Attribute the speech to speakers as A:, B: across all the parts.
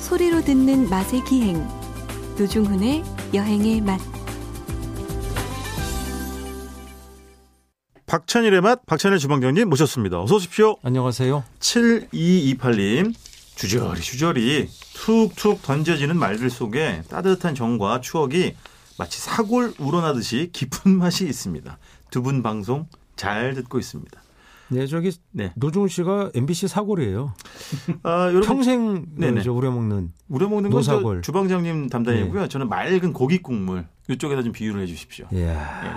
A: 소리로 듣는 맛의 기행 노중훈의 여행의 맛
B: 박찬일의 맛, 박찬일 주방장님 모셨습니다. 어서 오십시오.
C: 안녕하세요.
B: 7228님. 주저리 주저리 툭툭 던져지는 말들 속에 따뜻한 정과 추억이 마치 사골 우러나듯이 깊은 맛이 있습니다. 두 분 방송 잘 듣고 있습니다.
C: 네, 저기
B: 네.
C: 노중훈 씨가 MBC 사골이에요.
B: 아, 여러분
C: 평생
B: 네네.
C: 저 우려먹는
B: 우려먹는 건
C: 노사골.
B: 저 주방장님 담당이고요. 저는 맑은 고기 국물 이쪽에다 좀 비유를 해 주십시오.
C: 이야,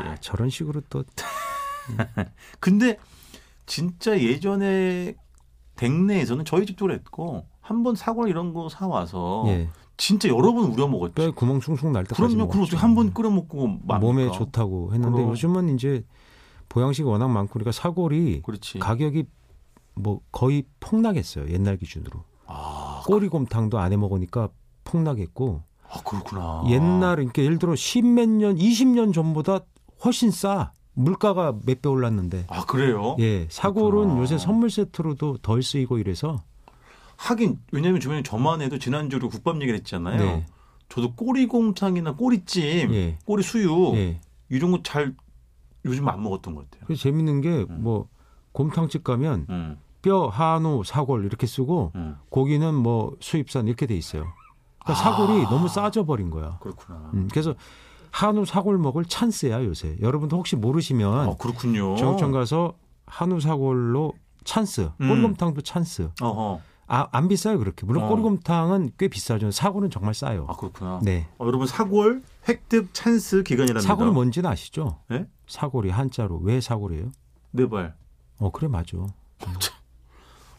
B: 예, 예.
C: 저런 식으로 또
B: 근데 진짜 예전에 댁내에서는 저희 집도 그랬고 한 번 사골 이런 거 사와서
C: 예,
B: 진짜 여러 번 우려 먹었죠.
C: 뼈에 구멍 숭숭 날 때까지
B: 어. 그럼요. 그럼
C: 먹었죠.
B: 어떻게 한 번 끓여 먹고 맙니까?
C: 몸에 좋다고 했는데
B: 그럼.
C: 요즘은 이제 보양식이 워낙 많고 그러니까 사골이
B: 그렇지.
C: 가격이 뭐 거의 폭락했어요. 옛날 기준으로.
B: 아,
C: 꼬리곰탕도 안 해 먹으니까 폭락했고
B: 아, 그렇구나.
C: 옛날 그러니까 예를 들어 십몇 년, 20년 전보다 훨씬 싸. 물가가 몇 배 올랐는데
B: 아 그래요?
C: 예, 사골은
B: 그렇구나.
C: 요새 선물 세트로도 덜 쓰이고 이래서
B: 하긴 왜냐면 주변에 저만 해도 지난주로 국밥 얘기를 했잖아요.
C: 네.
B: 저도 꼬리곰탕이나 꼬리찜,
C: 예.
B: 꼬리수육
C: 예.
B: 이런 거 잘 요즘 안 먹었던 것 같아요.
C: 그래서 재밌는 게 뭐 곰탕집 가면
B: 음,
C: 뼈, 한우, 사골 이렇게 쓰고
B: 음.
C: 고기는 뭐 수입산 이렇게 돼 있어요.
B: 아.
C: 그러니까 사골이 너무 싸져 버린 거야.
B: 그렇구나.
C: 음, 그래서 한우 사골 먹을 찬스야 요새. 여러분도 혹시 모르시면
B: 아 그렇군요.
C: 정육점 가서 한우 사골로 찬스,
B: 음.
C: 꼬리곰탕도 찬스.
B: 어허.
C: 아, 안 비싸요 그렇게. 물론
B: 어.
C: 꼬리곰탕은 꽤 비싸죠. 사골은 정말 싸요.
B: 아 그렇구나.
C: 네.
B: 어, 여러분 사골 획득 찬스 기간이랍니다.
C: 사골이 뭔지는 아시죠?
B: 네?
C: 사골이 한자로 왜 사골이에요?
B: 네 발.
C: 어 그래 맞아.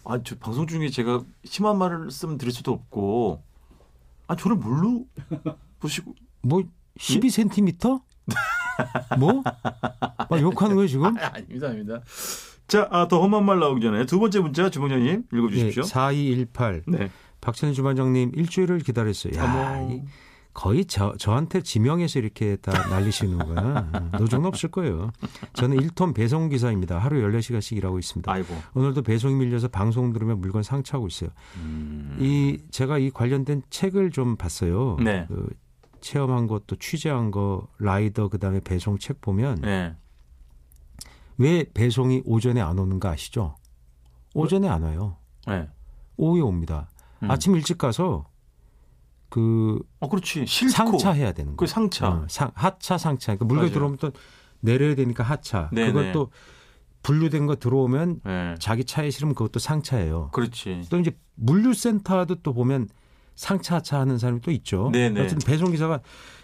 B: 아, 저 방송 중에 제가 심한 말을 쓰면 드릴 수도 없고, 아, 저를 뭘로 보시고,
C: 뭐
B: 예?
C: 12cm? 뭐? 막 욕하는 거예요 지금?
B: 아, 아닙니다, 아닙니다. 자, 아, 더 험한 말 나오기 전에 두 번째 문자 주방장님 읽어주십시오.
C: 4218
B: 네.
C: 예, 박찬희 주반장님 일주일을 기다렸어요. 야,
B: 어머.
C: 이 거의 저, 저한테 지명해서 이렇게 다 날리시는구나. 음, 노정 없을 거예요. 저는 1톤 배송 기사입니다. 하루 14시간씩 일하고 있습니다.
B: 아이고.
C: 오늘도 배송이 밀려서 방송 들으면 물건 상차하고 있어요.
B: 음.
C: 이 제가 이 관련된 책을 좀 봤어요.
B: 네.
C: 그 체험한 것도 취재한 거 라이더 그다음에 배송 책 보면
B: 네.
C: 왜 배송이 오전에 안 오는가 아시죠? 오전에 안 와요.
B: 네.
C: 오후에 옵니다.
B: 음.
C: 아침 일찍 가서 그
B: 어, 그렇지. 싫고.
C: 상차해야 되는
B: 그
C: 거예요.
B: 상차.
C: 어, 상, 하차 상차. 그러니까 물건
B: 맞아요.
C: 들어오면 또 내려야 되니까 하차.
B: 네네.
C: 그것도 분류된 거 들어오면
B: 네.
C: 자기 차에 실으면 그것도 상차예요.
B: 그렇지.
C: 또 이제 물류센터도 또 보면 상차 하차 하는 사람이 또 있죠.
B: 네네.
C: 하여튼 배송 기사가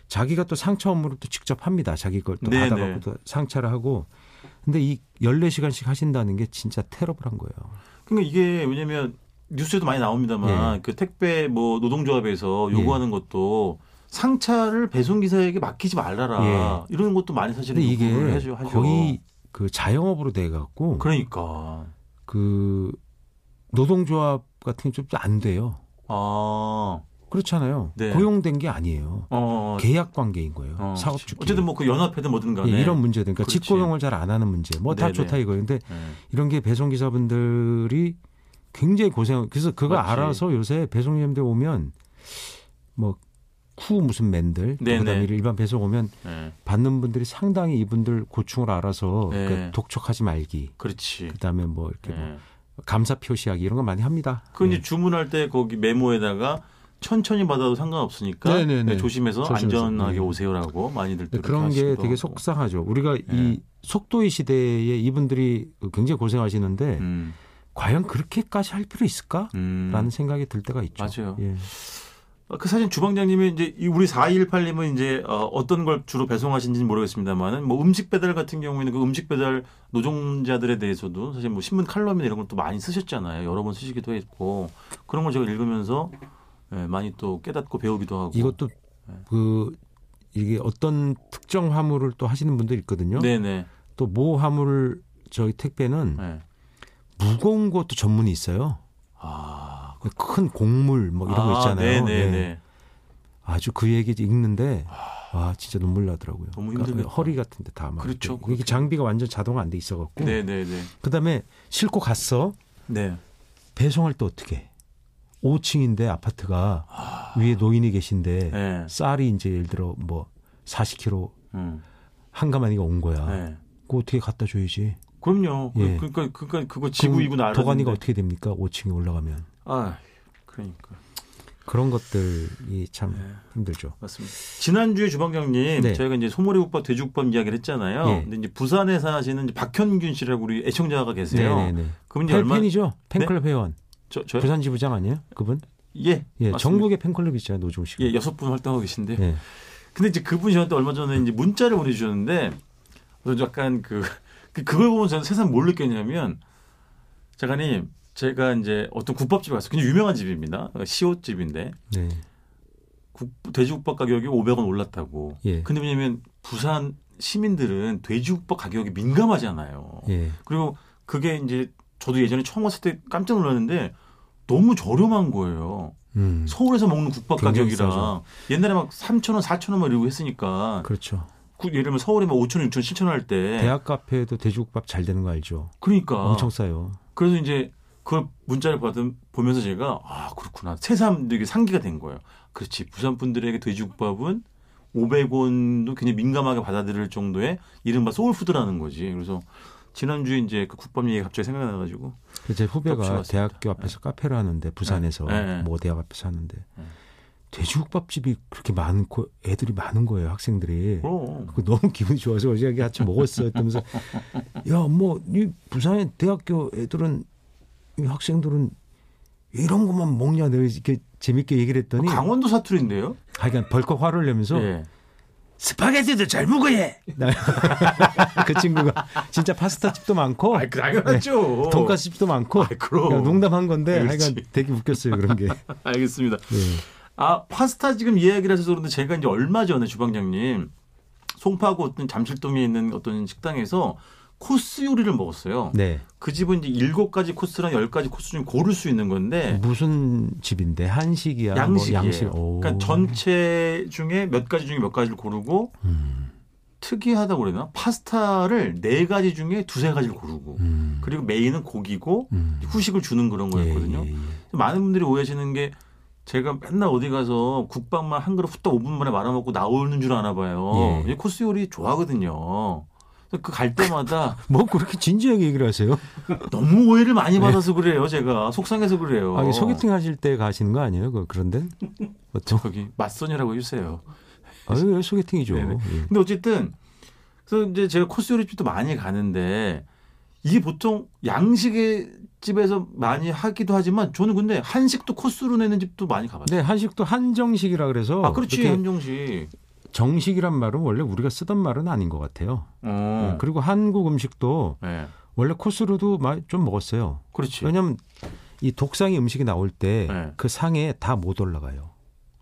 C: 자기가 또 상차 업무를 또 직접 합니다. 자기 걸 또
B: 네네.
C: 받아갖고 또 상차를 하고. 근데 이 14시간씩 하신다는 게 진짜 테러블한 거예요.
B: 그러니까 이게 왜냐면 뉴스에도 많이 나옵니다만
C: 네.
B: 그 택배 뭐 노동조합에서 요구하는 것도 상차를 배송기사에게 맡기지 말라라 이런 것도 많이 사실은
C: 예. 근데 이게
B: 요구를 해줘, 하죠.
C: 거의 그 자영업으로 돼 갖고 그...
B: 그러니까
C: 노동조합 같은 게 좀 안 돼요.
B: 아
C: 그렇잖아요.
B: 네.
C: 고용된 게 아니에요.
B: 어,
C: 계약 관계인 거예요.
B: 어,
C: 사업주끼리.
B: 어쨌든 뭐 그 연합회든 뭐든 간에
C: 예, 이런 문제들. 그러니까
B: 그렇지.
C: 직고용을 잘 안 하는 문제. 뭐 다
B: 네네.
C: 좋다 이거예요. 근데
B: 네.
C: 이런 게 배송 기사분들이 굉장히 고생. 그래서 그거
B: 맞지.
C: 알아서 요새 배송점들 오면 뭐 쿠 무슨 맨들 또
B: 네네.
C: 그다음에 일반 배송 오면
B: 네.
C: 받는 분들이 상당히 이분들 고충을 알아서
B: 네.
C: 그러니까 독촉하지 말기.
B: 그렇지.
C: 그다음에 뭐 이렇게 뭐
B: 네.
C: 감사 표시하기 이런 거 많이 합니다.
B: 그 이제
C: 네.
B: 주문할 때 거기 메모에다가 천천히 받아도 상관없으니까
C: 네네네.
B: 네, 조심해서,
C: 조심해서.
B: 안전하게
C: 네.
B: 오세요라고 많이들 또 이렇게
C: 그런 게
B: 하시기도
C: 되게
B: 하고.
C: 속상하죠. 우리가
B: 네.
C: 이 속도의 시대에 이분들이 굉장히 고생하시는데
B: 음,
C: 과연 그렇게까지 할 필요 있을까라는
B: 음.
C: 생각이 들 때가 있죠.
B: 맞아요.
C: 예.
B: 아, 그 사진 주방장님이 이제 이 우리 418님은 이제 어, 어떤 걸 주로 배송하시는지는 모르겠습니다만은 뭐 음식 배달 같은 경우에는 그 음식 배달 노동자들에 대해서도 사실 뭐 신문 칼럼이나 이런 걸 또 많이 쓰셨잖아요. 여러 번 쓰시기도 했고 그런 걸 제가 읽으면서 예, 많이 또 깨닫고 배우기도 하고
C: 이것도 그 이게 어떤 특정 화물을 또 하시는 분들 있거든요.
B: 네네
C: 또 모 화물 저희 택배는
B: 예.
C: 무거운 것도 전문이 있어요.
B: 아
C: 큰 곡물 뭐 이런
B: 아,
C: 거 있잖아요.
B: 네네네 아.
C: 예. 아주 그 얘기 읽는데 와 진짜 눈물 나더라고요.
B: 너무
C: 그러니까
B: 힘들겠다.
C: 허리 같은데 다 막.
B: 그렇죠.
C: 이렇게
B: 그렇게.
C: 장비가 완전 자동화 안 돼 있어갖고.
B: 네네네
C: 그다음에 싣고 갔어.
B: 네
C: 배송할 때 어떻게? 5층인데 아파트가 위에 노인이 계신데
B: 예.
C: 쌀이 이제 예를 들어 뭐 40kg
B: 음.
C: 한가마니가 온 거야.
B: 예.
C: 그거 어떻게 갖다 줘야지?
B: 그럼요. 그-
C: 아. 예.
B: 그러니까 그러니까 그거 지구
C: 그럼
B: 이고 나라
C: 도가니가 어떻게 됩니까? 5층에 올라가면
B: 아 그러니까
C: 그런 것들이 참
B: 네.
C: 힘들죠.
B: 맞습니다. 지난주에 주방장님
C: 네.
B: 저희가 이제 소머리국밥 돼지국밥 이야기를 했잖아요.
C: 예.
B: 근데 이제 부산에 사시는 이제 박현균 씨라고 우리 애청자가 계세요.
C: 네네네.
B: 그분이 얼마
C: 팬이죠? 팬클럽 회원.
B: 저 저요?
C: 부산 지부장 아니에요? 그분?
B: 예.
C: 예,
B: 맞습니다.
C: 전국에 팬클럽 있잖아요, 노종 씨가.
B: 예, 여섯 분 활동하고 계신데.
C: 예.
B: 근데 이제 그분이 저한테 얼마 전에 이제 문자를 보내 주셨는데 저는 약간 그 그- 그걸 보면 저는 세상 뭘 느꼈냐면 작가님 제가 이제 어떤 국밥집에 가서 그냥 유명한 집입니다. 시옷집인데
C: 네.
B: 국, 돼지국밥 가격이 500원 올랐다고.
C: 예.
B: 근데 왜냐면 부산 시민들은 돼지국밥 가격이 민감하잖아요.
C: 예.
B: 그리고 그게 이제 저도 예전에 처음 왔을 때 깜짝 놀랐는데 너무 저렴한 거예요.
C: 음.
B: 서울에서 먹는 국밥
C: 굉장히
B: 가격이라
C: 싸죠.
B: 옛날에 막 3,000원, 4,000원 막 이러고 했으니까
C: 그렇죠.
B: 그 예를 들면 서울에 막 5,000원, 6,000원, 7,000원 할 때
C: 대학 카페에도 돼지국밥 잘 되는 거 알죠?
B: 그러니까
C: 엄청 싸요.
B: 그래서 이제 그걸 문자를 받은 보면서 제가 아 그렇구나 새삼 되게 상기가 된 거예요. 그렇지 부산 분들에게 돼지국밥은 500원도 굉장히 민감하게 받아들일 정도의 이른바 소울푸드라는 거지. 그래서 지난주에 이제 그 국밥 얘기 가 갑자기 생각나가지고
C: 그래서 제 후배가
B: 덮쳐왔습니다.
C: 대학교 앞에서 카페를 하는데 부산에서
B: 네. 네.
C: 뭐 대학 앞에서 하는데
B: 네.
C: 돼지국밥집이 그렇게 많고 애들이 많은 거예요 학생들이.
B: 그럼
C: 그 너무 기분이 좋아서 어제 같이 먹었어요. 그러면서 야뭐 부산의 대학교 애들은 이 학생들은 이런 것만 먹냐 내가 이렇게 재밌게 얘기를 했더니
B: 강원도 사투리인데요.
C: 하여간 벌컥 화를 내면서
B: 예.
C: 스파게티도 잘 먹어야. 그 친구가 진짜 파스타 집도 많고 예.
B: 아, 당연하죠.
C: 돈가스 집도 많고
B: 아이, 그럼. 예,
C: 그냥 농담한 건데
B: 그렇지.
C: 하여간 되게 웃겼어요 그런 게. 예.
B: 알겠습니다.
C: 네.
B: 아 파스타 지금 이야기를 하셔서 그런데 제가 이제 얼마 전에 주방장님 송파구 어떤 잠실동에 있는 어떤 식당에서 코스 요리를 먹었어요.
C: 네.
B: 그 집은 이제 일곱 가지 코스랑 열 가지 코스 중 고를 수 있는 건데
C: 예. 무슨 집인데 한식이야?
B: 양식이에요.
C: 뭐 양식. 오.
B: 그러니까 전체 중에 몇 가지 중에 몇 가지를 고르고
C: 음.
B: 특이하다고 그러나 파스타를 네 가지 중에 두세 가지를 고르고
C: 음.
B: 그리고 메인은 고기고
C: 음.
B: 후식을 주는 그런 거였거든요.
C: 예, 예, 예.
B: 많은 분들이 오해하시는 게 제가 맨날 어디 가서 국밥만 한 그릇 후딱 5분 만에 말아먹고 나오는 줄 아나 봐요.
C: 예.
B: 이 코스 요리 좋아하거든요. 그 갈 때마다
C: 뭐 그렇게 진지하게 얘기를 하세요?
B: 너무 오해를 많이 받아서 그래요. 제가 속상해서 그래요.
C: 아, 이게 소개팅 하실 때 가시는 거 아니에요? 그 그런데 보통
B: 거기 맞선이라고 해주세요.
C: 아유 소개팅이죠.
B: 네네.
C: 예.
B: 근데 어쨌든 그래서 이제 제가 코스 요리 집도 많이 가는데 이게 보통 양식의 집에서 많이 하기도 하지만 저는 근데 한식도 코스로 내는 집도 많이 가봤어요.
C: 네 한식도 한정식이라 네. 그래서
B: 아 그렇지
C: 이렇게
B: 한정식.
C: 정식이란 말은 원래 우리가 쓰던 말은 아닌 것 같아요.
B: 어.
C: 음, 그리고 한국 음식도
B: 네.
C: 원래 코스로도 마- 좀 먹었어요.
B: 그렇지.
C: 왜냐하면 이 독상이 음식이 나올 때 그
B: 네.
C: 상에 다 못 올라가요.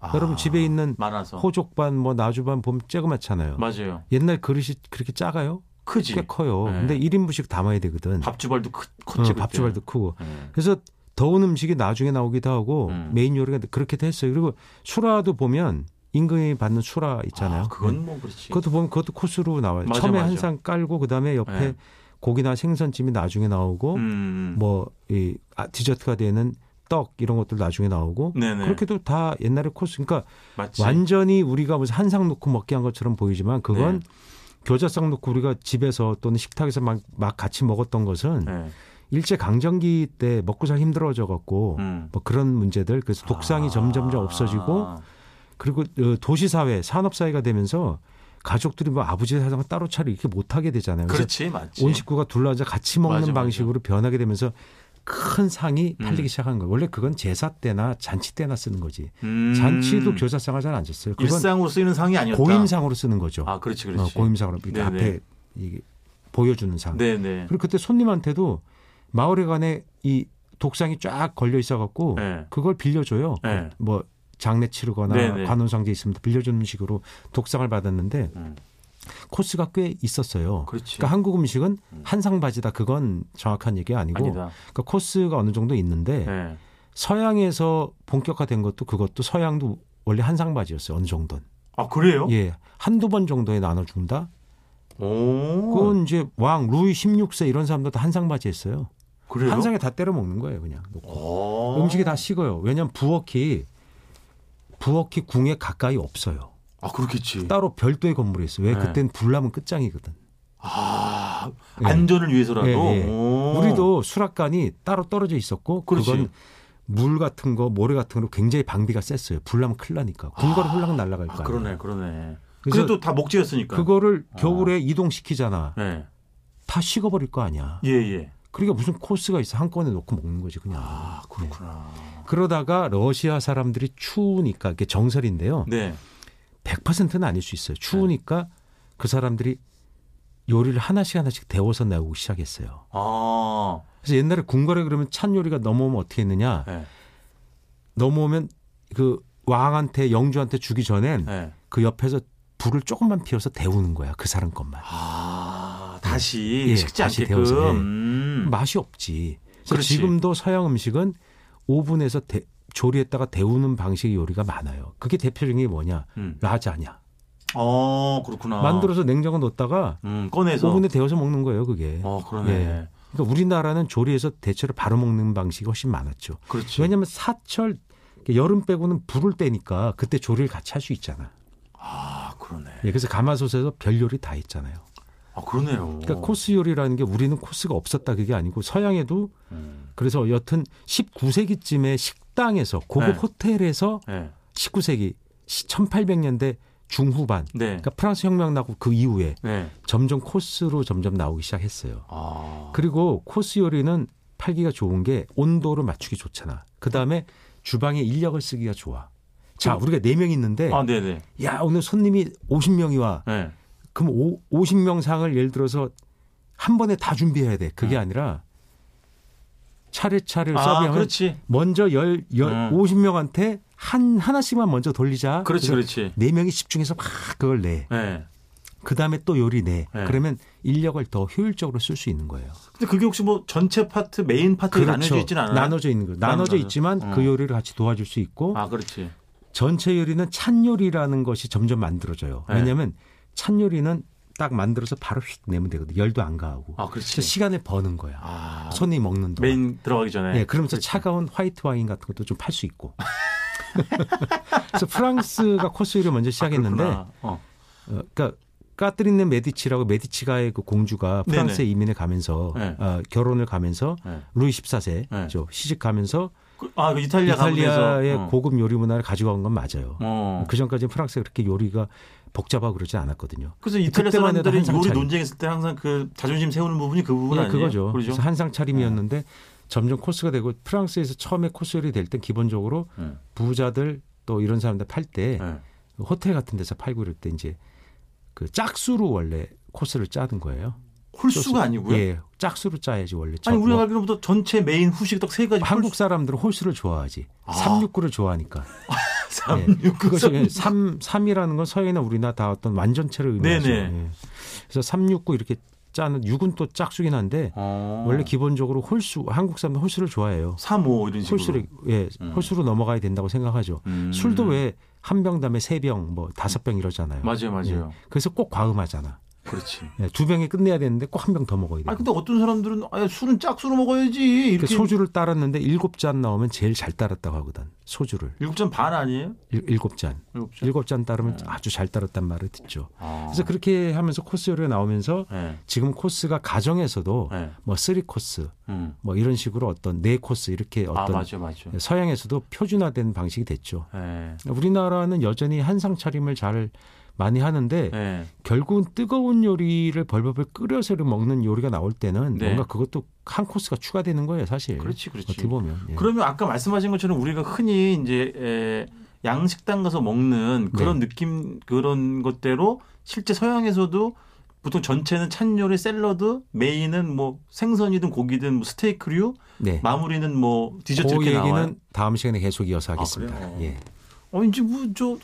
B: 아,
C: 여러분 집에 있는
B: 많아서
C: 호족반 뭐 나주반 보면 쬐그맣잖아요.
B: 맞아요.
C: 옛날 그릇이 그렇게 작아요?
B: 크지.
C: 꽤 커요.
B: 네.
C: 근데 1인분씩 담아야 되거든.
B: 밥주발도 크,
C: 어,
B: 컸지. 그때.
C: 밥주발도 크고.
B: 네.
C: 그래서 더운 음식이 나중에 나오기도 하고
B: 음.
C: 메인 요리가 그렇게도 했어요. 그리고 수라도 보면 임금이 받는 수라 있잖아요.
B: 아, 그건 뭐 그렇지.
C: 것도 보면 그것도 코스로 나와요.
B: 맞아,
C: 처음에
B: 맞아.
C: 한 상 깔고 그다음에 옆에
B: 네.
C: 고기나 생선찜이 나중에 나오고
B: 음.
C: 뭐이 아, 디저트가 되는 떡 이런 것들 나중에 나오고
B: 음. 네네.
C: 뭐 그렇게도 다 옛날에 코스 그러니까
B: 맞지.
C: 완전히 우리가 무슨 한 상 넣고 먹게 한 것처럼 보이지만 그건
B: 네.
C: 교자상 넣고 우리가 집에서 또는 식탁에서 막, 막 같이 먹었던 것은
B: 네.
C: 일제 강점기 때 먹고 살 힘들어져 갖고
B: 음.
C: 뭐 그런 문제들 그래서 독상이
B: 아.
C: 점점점 없어지고 그리고 어, 도시 사회 산업 사회가 되면서 가족들이 뭐 아버지 사상을 따로 차려 이렇게 못 하게 되잖아요. 그래서
B: 그렇지 맞지.
C: 온 식구가 둘러앉아 같이 먹는
B: 맞아, 맞아.
C: 방식으로 변하게 되면서 큰 상이
B: 음.
C: 팔리기 시작한 거예요. 원래 그건 제사 때나 잔치 때나 쓰는 거지.
B: 음.
C: 잔치도 교사상을 잘 안 썼어요. 그건
B: 일상으로 쓰이는 상이 아니었다.
C: 고임상으로 쓰는 거죠.
B: 아 그렇지 그렇지.
C: 어, 고임상으로 이렇게
B: 네네.
C: 앞에 이게 보여주는 상.
B: 네네.
C: 그리고 그때 손님한테도 마을회관에 이 독상이 쫙 걸려 있어 갖고
B: 네.
C: 그걸 빌려줘요.
B: 네.
C: 뭐 장례 치르거나
B: 네네.
C: 관혼상제 있으면 빌려주는 식으로 독상을 받았는데
B: 음.
C: 코스가 꽤 있었어요.
B: 그렇지.
C: 그러니까 한국 음식은
B: 그렇죠. 음.
C: 한상바지다 그건 정확한 얘기 아니고 예.
B: 아니다.
C: 그러니까 코스가 어느 정도 있는데
B: 네.
C: 서양에서 본격화된 것도 그것도 서양도 원래 한상바지였어요. 어느 정도는.
B: 아 그래요?
C: 예. 한두 번 정도에 나눠 준다.
B: 오. 어.
C: 그건 이제 왕 루이 16세 이런 사람들도 한상바지 했어요.
B: 그래요?
C: 한 상에 다 때려 먹는 거예요, 그냥. 놓고.
B: 어.
C: 음식이 다 식어요. 왜냐하면 부엌이 부엌이 궁에 가까이 없어요.
B: 아 그렇겠지.
C: 따로 별도의 건물이 있어요. 왜
B: 네.
C: 그땐 불나면 끝장이거든.
B: 아
C: 예.
B: 안전을 위해서라도.
C: 예, 예.
B: 오.
C: 우리도 수락관이 따로 떨어져 있었고 그
B: 어. 그렇지.
C: 건물 같은 거 모래 같은 거로 굉장히 방비가 셌어요. 불나면 큰일 나니까 궁궐이 홀랑 날아갈
B: 아,
C: 거야.
B: 그러네, 그러네.
C: 그래서
B: 그래도 아. 다 목재였으니까.
C: 그거를 겨울에 이동시키잖아.
B: 예,
C: 다 식어버릴 거 아니야.
B: 예, 예.
C: 그러니까 무슨 코스가 있어 한 건에 넣고 먹는 거지 그냥.
B: 아 그렇구나.
C: 그러다가 러시아 사람들이 추우니까 이게 정설인데요.
B: 네.
C: 100%는 아닐 수 있어요. 추우니까 그 사람들이 요리를 하나씩 하나씩 데워서 나오기 시작했어요.
B: 아,
C: 그래서 옛날에 궁궐에 그러면 찬 요리가 넘어오면 어떻게 했느냐?
B: 예,
C: 넘어오면 그 왕한테 영주한테 주기 전엔
B: 예.
C: 그 옆에서 불을 조금만 피워서 데우는 거야 그 사람 것만
B: 아 다시
C: 예,
B: 식지
C: 다시
B: 않게끔.
C: 데워서, 예.
B: 음.
C: 맛이 없지. 그래서
B: 그렇지.
C: 지금도 서양 음식은 오븐에서 데- 조리했다가 데우는 방식의 요리가 많아요. 그게 대표적인 게 뭐냐?
B: 음.
C: 라자냐.
B: 어 그렇구나.
C: 만들어서 냉장고 넣었다가
B: 음, 꺼내서.
C: 오븐에 데워서 먹는 거예요, 그게.
B: 어 그러네.
C: 예. 그러니까 우리나라는 조리해서 대체로 바로 먹는 방식이 훨씬 많았죠.
B: 그렇지.
C: 왜냐하면 사철 여름 빼고는 불을 때니까 그때 조리를 같이 할 수 있잖아.
B: 아 그러네.
C: 예, 그래서 가마솥에서 별 요리 다 했잖아요.
B: 아 그러네요.
C: 그러니까 코스 요리라는 게 우리는 코스가 없었다 그게 아니고 서양에도
B: 음.
C: 그래서 여튼 19세기쯤에 식당에서 고급
B: 네.
C: 호텔에서
B: 예.
C: 19세기 1800년대 중후반
B: 네.
C: 그러니까 프랑스 혁명 나고 그 이후에
B: 네.
C: 점점 코스로 점점 나오기 시작했어요.
B: 아.
C: 그리고 코스 요리는 팔기가 좋은 게 온도를 맞추기 좋잖아. 그다음에 주방에 인력을 쓰기가 좋아. 자, 우리가 네 명 있는데
B: 음. 아 네네.
C: 야, 오늘 손님이 50명이 와.
B: 예.
C: 그럼 오, 50명 상을 예를 들어서 한 번에 다 준비해야 돼. 그게 아니라 차례차례
B: 음. 아
C: 서빙하면
B: 그렇지.
C: 먼저 열, 열
B: 음.
C: 50명한테 한 하나씩만 먼저 돌리자.
B: 그렇지
C: 그래서
B: 그렇지.
C: 네 명이 집중해서 막 그걸 내.
B: 예.
C: 그다음에 또 요리 내.
B: 네.
C: 그러면 인력을 더 효율적으로 쓸 수 있는 거예요.
B: 근데 그게 혹시 뭐 전체 파트 메인 파트에 나눠져 있지는 않아요?
C: 그렇죠. 나눠져 있는 거. 나눠져
B: 나눠져.
C: 있지만
B: 음.
C: 그 요리를 같이 도와줄 수 있고
B: 아 그렇지.
C: 전체 요리는 찬 요리라는 것이 점점 만들어져요.
B: 네.
C: 왜냐하면 찬 요리는 딱 만들어서 바로 휙 내면 되거든. 열도 안 가하고.
B: 아
C: 그래서
B: 그렇지.
C: 시간을 버는 거야.
B: 아
C: 손이 먹는 동안.
B: 메인 들어가기 전에.
C: 네, 그러면서 차가운 화이트 와인 같은 것도 좀 팔 수 있고. 그래서 프랑스가 코스 요리를 먼저 시작했는데,
B: 아, 그렇구나. 어.
C: 어, 그러니까 까트린네 메디치라고 메디치가의 그 공주가 프랑스에 이민을 가면서
B: 네.
C: 어, 결혼을 가면서
B: 네.
C: 루이 14세
B: 네.
C: 죠 시집 가면서
B: 그- 아, 그 이탈리아 가문에서.
C: 이탈리아의
B: 어.
C: 고급 요리 문화를 가지고 온 건 맞아요.
B: 어.
C: 그 전까지는 프랑스가 그렇게 요리가 복잡하고 그러지 않았거든요.
B: 그래서 이탈리아
C: 그때만 해도
B: 사람들이
C: 한창
B: 요리
C: 차이.
B: 논쟁했을 때 항상 그 자존심 세우는 부분이 그 부분
C: 예,
B: 아니에요?
C: 그거죠.
B: 그렇죠? 네.
C: 그래서 한상 차림이었는데 점점 코스가 되고 프랑스에서 처음에 코스 요리 될 땐 기본적으로
B: 음.
C: 부자들 또 이런 사람들 팔 때
B: 예.
C: 호텔 같은 데서 팔고 이럴 때 이제 그 짝수로 원래 코스를 짜는 거예요.
B: 홀수가 아니고요.
C: 예, 짝수로 짜야지 원래.
B: 아니
C: 저-
B: 우리가
C: 뭐
B: 알기로부터 전체 메인 후식 딱 세 가지
C: 한국 사람들은 홀수를 좋아하지.
B: 아.
C: 369를 좋아하니까.
B: 삼
C: 예,
B: 육
C: 그것이
B: 그
C: 3, 삼이라는건 서해나 우리나 다 어떤 완전체를 의미하죠.
B: 네네.
C: 예. 그래서 369 이렇게 짜는 6은 또 짝수긴 한데
B: 어.
C: 원래 기본적으로 홀수 한국 사람들 홀수를 좋아해요.
B: 3, 5 이런 식으로.
C: 홀수를 예, 홀수로 넘어가야 된다고 생각하죠.
B: 음.
C: 술도 왜 한 병 다음에 세 병, 뭐 다섯 병 이러잖아요.
B: 맞아요, 맞아요.
C: 예. 그래서 꼭 과음하잖아.
B: 그렇지.
C: 예, 두 병에 끝내야 되는데 꼭 한 병 더 먹어야 돼. 그러니까
B: 아 근데 어떤 사람들은 아 술은 짝수로 먹어야지. 이렇게
C: 그 소주를 따랐는데 일곱 잔 나오면 제일 잘 따랐다고 하거든. 소주를
B: 일곱 잔 반 아니에요?
C: 일, 일곱 잔,
B: 일곱 잔.
C: 일곱 잔 따르면 아주 잘 따랐단 말을 듣죠.
B: 아.
C: 그래서 그렇게 하면서 코스 요리가 나오면서
B: 예.
C: 지금 코스가 가정에서도
B: 예.
C: 뭐 쓰리 코스,
B: 음.
C: 뭐 이런 식으로 어떤 네 코스 이렇게
B: 아
C: 어떤
B: 맞죠, 맞죠.
C: 서양에서도 표준화된 방식이 됐죠.
B: 예.
C: 우리나라는 여전히 한상 차림을 잘 많이 하는데
B: 예.
C: 결국은 뜨거운 요리를 벌벌벌 끓여서 먹는 요리가 나올 때는
B: 네.
C: 뭔가 그것도 한 코스가 추가되는 거예요, 사실.
B: 그렇지, 그렇지.
C: 어떻게 보면. 예.
B: 그러면 아까 말씀하신 것처럼 우리가 흔히 이제 에, 양식당 가서 먹는 그런
C: 네.
B: 느낌 그런 것대로 실제 서양에서도 보통 전체는 찬요리, 샐러드, 메인은 뭐 생선이든 고기든 뭐 스테이크류,
C: 네.
B: 마무리는 뭐 디저트
C: 그
B: 이렇게
C: 얘기는
B: 나와요. 아,
C: 다음 시간에 계속 이어서 하겠습니다.
B: 그래요?
C: 예.
B: 어, 이제 뭐저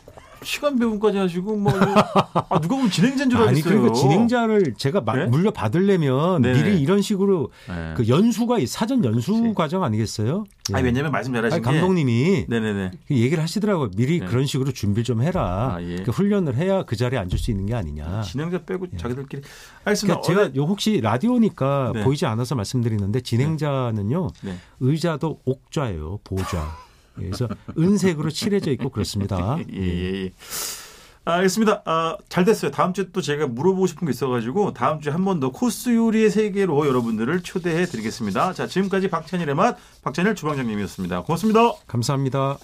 B: 시간 배분까지 하시고 뭐 아, 누가 보면 진행자인 줄
C: 아니
B: 알겠어요.
C: 그리고 진행자를 제가 막
B: 네?
C: 물려받으려면
B: 네네.
C: 미리 이런 식으로
B: 네.
C: 그 연수가 이 사전 연수
B: 그치.
C: 과정 아니겠어요? 예.
B: 아니 왜냐면 말씀 잘하신
C: 아니, 감독님이
B: 게 네네네.
C: 그 얘기를 하시더라고요. 미리
B: 네.
C: 그런 식으로 준비 좀 해라.
B: 아, 예.
C: 그 훈련을 해야 그 자리에 앉을 수 있는 게 아니냐. 예.
B: 진행자 빼고 자기들끼리 알겠습니다.
C: 그러니까 제가 요 혹시 라디오니까
B: 네.
C: 보이지 않아서 말씀드리는데 진행자는요
B: 네.
C: 의자도 옥좌예요 보좌. 예, 그래서 은색으로 칠해져 있고 그렇습니다.
B: 예, 예, 예. 아, 알겠습니다. 아, 잘 됐어요. 다음 주에 또 제가 물어보고 싶은 게 있어가지고 다음 주에 한 번 더 코스 요리의 세계로 여러분들을 초대해 드리겠습니다. 자, 지금까지 박찬일의 맛, 박찬일 주방장님이었습니다. 고맙습니다.
C: 감사합니다.